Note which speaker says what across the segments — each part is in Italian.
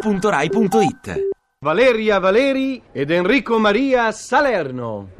Speaker 1: radio2pod.rai.it
Speaker 2: Valeria Valeri ed Enrico Maria Salerno.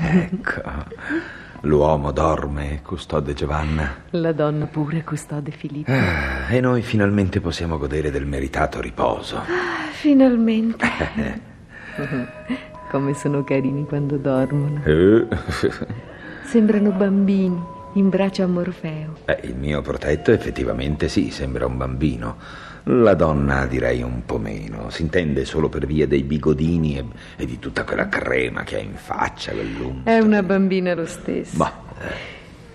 Speaker 3: Ecco. L'uomo dorme, custode Giovanna.
Speaker 4: La donna pure, custode Filippo.
Speaker 3: Ah, E noi finalmente possiamo godere del meritato riposo.
Speaker 4: Finalmente. Come sono carini quando dormono.
Speaker 3: Eh,
Speaker 4: Sembrano bambini in braccio a Morfeo.
Speaker 3: eh, il mio protetto effettivamente sì, sembra un bambino. La donna direi un po' meno. Si intende solo per via dei bigodini e, e di tutta quella crema che ha in faccia, quell'unto.
Speaker 4: È una bambina lo stesso.
Speaker 3: Ma,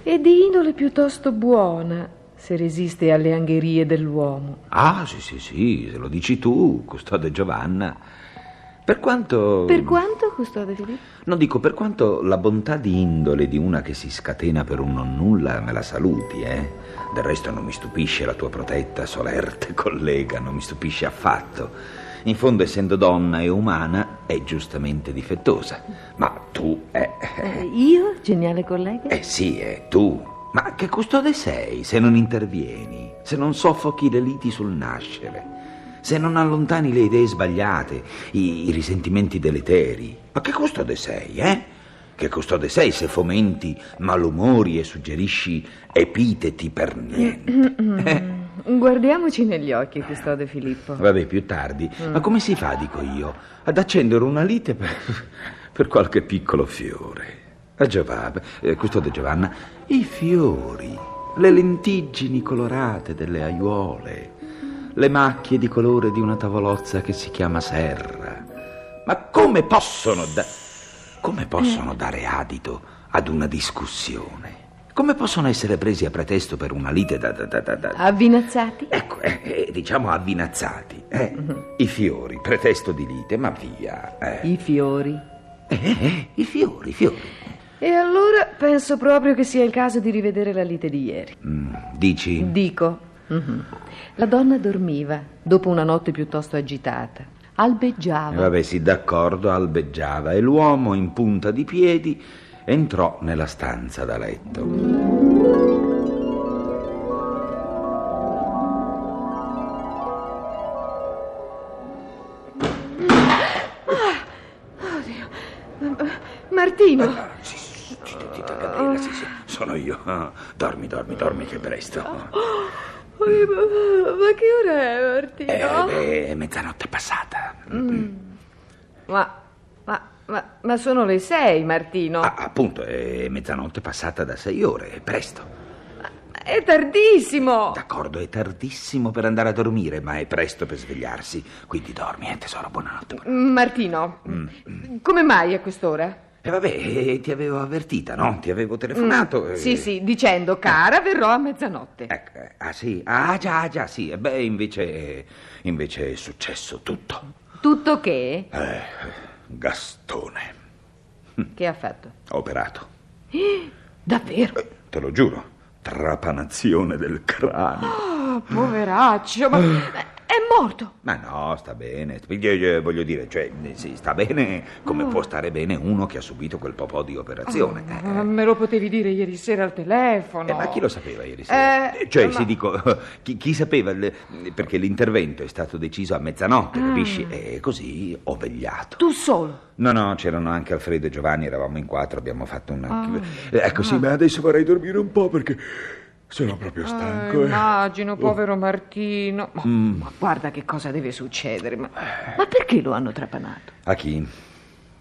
Speaker 4: E di indole piuttosto buona, se resiste alle angherie dell'uomo.
Speaker 3: ah, sì, sì, sì, se lo dici tu, custode Giovanna. Per quanto...
Speaker 4: Per quanto, custode Filippo?
Speaker 3: No, dico, per quanto la bontà di indole di una che si scatena per un nonnulla me la saluti, eh? Del resto non mi stupisce la tua protetta, solerte collega, non mi stupisce affatto. In fondo, essendo donna e umana, è giustamente difettosa. Ma tu, eh,
Speaker 4: Eh, io, geniale collega?
Speaker 3: eh sì, eh, tu. Ma che custode sei se non intervieni, se non soffochi le liti sul nascere, se non allontani le idee sbagliate, i, i risentimenti deleteri? Ma che custode sei, eh? Che custode sei se fomenti malumori e suggerisci epiteti per niente?
Speaker 4: Guardiamoci negli occhi, custode Filippo.
Speaker 3: Vabbè, più tardi. Ma come si fa, dico io, ad accendere una lite per, per qualche piccolo fiore? A Giovanna, eh, custode Giovanna, i fiori, le lentiggini colorate delle aiuole, le macchie di colore di una tavolozza che si chiama serra. Ma come possono, da- come possono dare adito ad una discussione? Come possono essere presi a pretesto per una lite da... da, da, da, da
Speaker 4: Avvinazzati?
Speaker 3: Ecco, eh, eh, diciamo avvinazzati. eh. I fiori, pretesto di lite, ma via. eh.
Speaker 4: I fiori.
Speaker 3: Eh, eh, I fiori, i fiori.
Speaker 4: E allora penso proprio che sia il caso di rivedere la lite di ieri.
Speaker 3: Mm, dici?
Speaker 4: Dico, mhm. la donna dormiva dopo una notte piuttosto agitata.
Speaker 3: Eh,
Speaker 4: Albeggiava.
Speaker 3: Vabbè, sì, d'accordo, albeggiava e l'uomo in punta di piedi entrò nella stanza da letto.
Speaker 4: Martino,
Speaker 3: Sì, sì, sì, zitta, Gabriela, sì, sì, sono io. Ah, Dormi, dormi, dormi, che è presto.
Speaker 4: eh, ma ma che ora è Martino?
Speaker 3: Eh, beh, è mezzanotte passata.
Speaker 4: Ma, ma, ma, ma sono le sei, Martino.
Speaker 3: Ah, appunto, è mezzanotte passata da sei ore, è presto.
Speaker 4: È tardissimo.
Speaker 3: D'accordo, è tardissimo per andare a dormire, ma è presto per svegliarsi. Quindi dormi, eh, tesoro, buonanotte. buonanotte.
Speaker 4: Martino,
Speaker 3: Mm.
Speaker 4: come mai a quest'ora?
Speaker 3: E vabbè, eh, ti avevo avvertita, no? Ti avevo telefonato. eh.
Speaker 4: Mm. Sì, sì, dicendo, cara, verrò a mezzanotte.
Speaker 3: Ecco, eh, ah sì, ah già, ah, già, sì. E Beh, invece, invece è successo tutto.
Speaker 4: Tutto che?
Speaker 3: Eh, Gastone, Mm.
Speaker 4: Che ha fatto?
Speaker 3: operato,
Speaker 4: Davvero?
Speaker 3: te lo giuro. Trapanazione del cranio.
Speaker 4: Oh, poveraccio, ma
Speaker 3: Mm.
Speaker 4: è morto.
Speaker 3: Ma no, sta bene. Io- io Voglio dire, cioè, sì, sta bene come può stare bene uno che ha subito quel po' di operazione. eh.
Speaker 4: Ah, Me lo potevi dire ieri sera al telefono.
Speaker 3: Eh, ma chi lo sapeva ieri sera?
Speaker 4: Eh,
Speaker 3: Eh, cioè,
Speaker 4: ma-
Speaker 3: si dico, chi, chi sapeva? il- perché l'intervento è stato deciso a mezzanotte, capisci? E così ho vegliato.
Speaker 4: Tu solo.
Speaker 3: No, no, c'erano anche Alfredo e Giovanni, eravamo in quattro, abbiamo fatto una... Eh, Ecco, sì, ma adesso vorrei dormire un po' perché sono proprio stanco. eh.
Speaker 4: Ah,
Speaker 3: Mm.
Speaker 4: immagino, povero Martino. Ma, ma guarda che cosa deve succedere. Ma, ma perché lo hanno trapanato?
Speaker 3: A chi?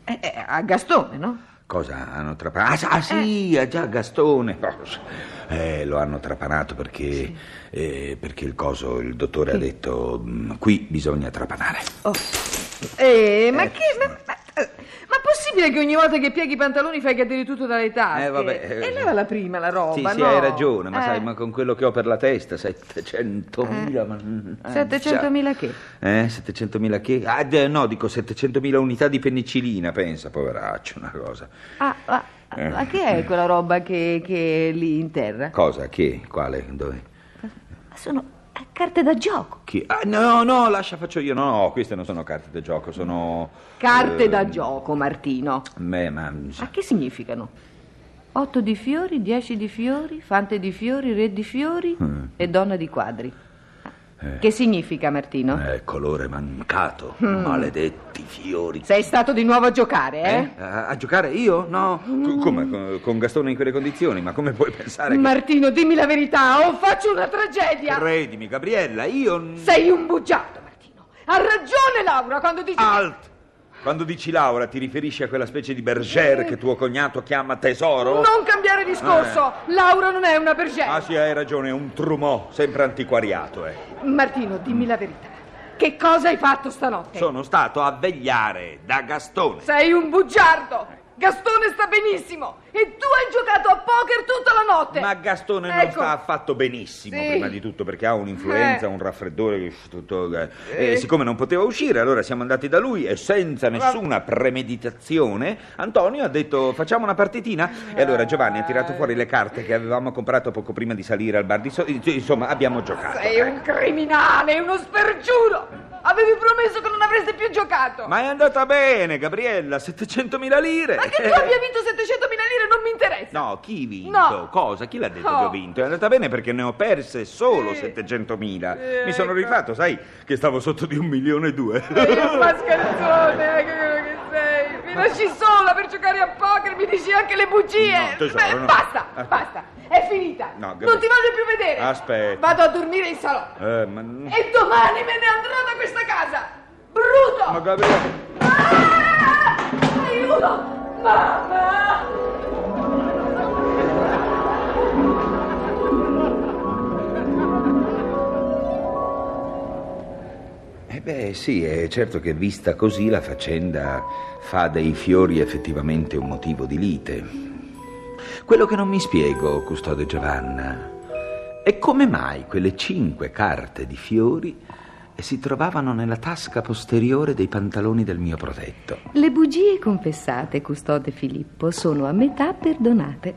Speaker 4: Eh, eh, a Gastone, no?
Speaker 3: Cosa hanno trapanato? Ah, sì, ah, già Gastone. Oh, Eh, lo hanno trapanato perché, eh, perché il coso, il dottore ha detto, "Mm, qui bisogna trapanare.
Speaker 4: Eh, ma che... Ma, ma- ma poi possibile che ogni volta che pieghi i pantaloni fai cadere tutto dalle tasche?
Speaker 3: Eh, vabbè.
Speaker 4: Ah, E leva la prima la roba,
Speaker 3: Sì, sì,
Speaker 4: no?
Speaker 3: hai ragione, ma
Speaker 4: Eh,
Speaker 3: sai, ma con quello che ho per la testa, mm, 700.000... mannaggia.
Speaker 4: 700.000 Eh. che?
Speaker 3: Eh, 700.000 che? Ah, d- no, dico 700.000 unità di penicillina, pensa, poveraccio, una cosa.
Speaker 4: Ah, ma,
Speaker 3: Eh.
Speaker 4: ma che è quella roba che, che è lì in terra?
Speaker 3: Cosa? Che? Quale? Dove?
Speaker 4: Ma sono eh, carte da gioco.
Speaker 3: Chi? Ah, no, no, lascia, faccio io. No, no, queste non sono carte da gioco, sono...
Speaker 4: Carte
Speaker 3: eh,
Speaker 4: da Ah, gioco, Martino.
Speaker 3: Beh, ma...
Speaker 4: Ma che significano? Otto di fiori, dieci di fiori, fante di fiori, re di fiori e donna di quadri. Che Mm. significa, Martino?
Speaker 3: Eh, colore mancato, maledetti fiori.
Speaker 4: Sei stato di nuovo a giocare, eh?
Speaker 3: A, a giocare io? No. Co- Come? Con, con Gastone in quelle condizioni? Ma come puoi pensare che...
Speaker 4: Martino, dimmi la verità o faccio una tragedia!
Speaker 3: Credimi, Gabriella, io... n-
Speaker 4: Sei un bugiardo, Martino. Ha ragione Laura quando dice...
Speaker 3: Alt! Quando dici Laura ti riferisci a quella specie di berger che tuo cognato chiama tesoro?
Speaker 4: Non cambiare discorso! Laura non è una bergère.
Speaker 3: Eh. Ah sì, hai ragione, è un trumò, sempre antiquariato, eh.
Speaker 4: Martino, dimmi la verità. Che cosa hai fatto stanotte?
Speaker 3: Sono stato a vegliare da Gastone.
Speaker 4: Sei un bugiardo! Gastone sta benissimo! E tu hai giocato a poker tutta la notte!
Speaker 3: Ma Gastone non
Speaker 4: Ecco.
Speaker 3: sta affatto benissimo,
Speaker 4: Sì.
Speaker 3: prima di tutto perché ha un'influenza,
Speaker 4: Eh.
Speaker 3: un raffreddore. che è tutto- eh. E siccome non poteva uscire, allora siamo andati da lui e senza nessuna premeditazione, Antonio ha detto facciamo una partitina. E allora Giovanni ha tirato fuori le carte che avevamo comprato poco prima di salire al bar di so- Insomma, abbiamo giocato.
Speaker 4: Sei un criminale, uno spergiuro! Avevi promesso che non avresti più giocato!
Speaker 3: Ma è andata bene, Gabriella, 700.000 lire.
Speaker 4: Ma che tu abbia vinto 700.000 lire non mi interessa!
Speaker 3: No, chi ha vinto?
Speaker 4: No.
Speaker 3: Cosa? Chi l'ha detto
Speaker 4: No.
Speaker 3: che ho vinto? È andata bene perché ne ho perse solo
Speaker 4: Sì.
Speaker 3: 700.000.
Speaker 4: Sì,
Speaker 3: Mi sono
Speaker 4: ecco. Eh.
Speaker 3: rifatto, sai, che stavo sotto di un milione e due.
Speaker 4: Sei un mascalzone, ecco quello che sei! Mi lasci sola per giocare a poker, mi dici anche le bugie!
Speaker 3: No, tesoro,
Speaker 4: Beh,
Speaker 3: no.
Speaker 4: Basta,
Speaker 3: Aspetta.
Speaker 4: basta! È finita!
Speaker 3: No, Gabriele.
Speaker 4: non ti voglio più vedere!
Speaker 3: Aspetta.
Speaker 4: Vado a dormire in salotto!
Speaker 3: Eh, ma...
Speaker 4: E domani me ne andrò da questa casa! Bruto!
Speaker 3: ma Gabriella...
Speaker 4: Ah! Aiuto! Mamma!
Speaker 3: Eh beh, sì, è certo che vista così la faccenda fa dei fiori effettivamente un motivo di lite. Quello che non mi spiego, custode Giovanna, è come mai quelle cinque carte di fiori eh, si trovavano nella tasca posteriore dei pantaloni del mio protetto.
Speaker 1: Le bugie confessate, custode Filippo, sono a metà perdonate.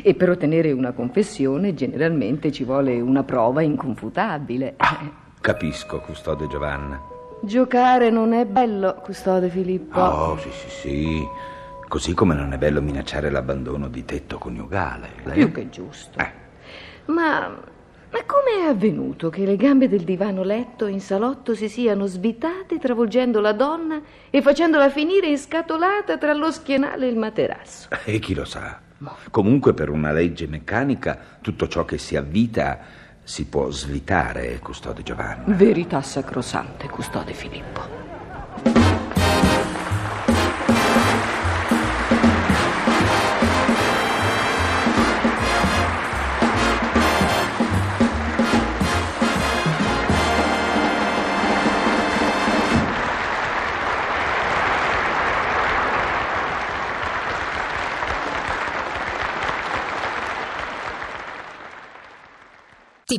Speaker 1: E per ottenere una confessione generalmente ci vuole una prova inconfutabile.
Speaker 3: Capisco, custode Giovanna.
Speaker 1: Giocare non è bello, custode Filippo.
Speaker 4: Ah.
Speaker 3: Oh, sì, sì, sì. Così come non è bello minacciare l'abbandono di tetto coniugale. lei-
Speaker 1: Più che giusto.
Speaker 3: Eh.
Speaker 1: Ma, ma come è avvenuto che le gambe del divano letto in salotto si siano svitate travolgendo la donna e facendola finire inscatolata tra lo schienale e il materasso?
Speaker 3: eh, E chi lo sa? Comunque per una legge meccanica tutto ciò che si avvita si può svitare, custode Giovanna.
Speaker 4: Verità sacrosante, custode Filippo.
Speaker 5: Ti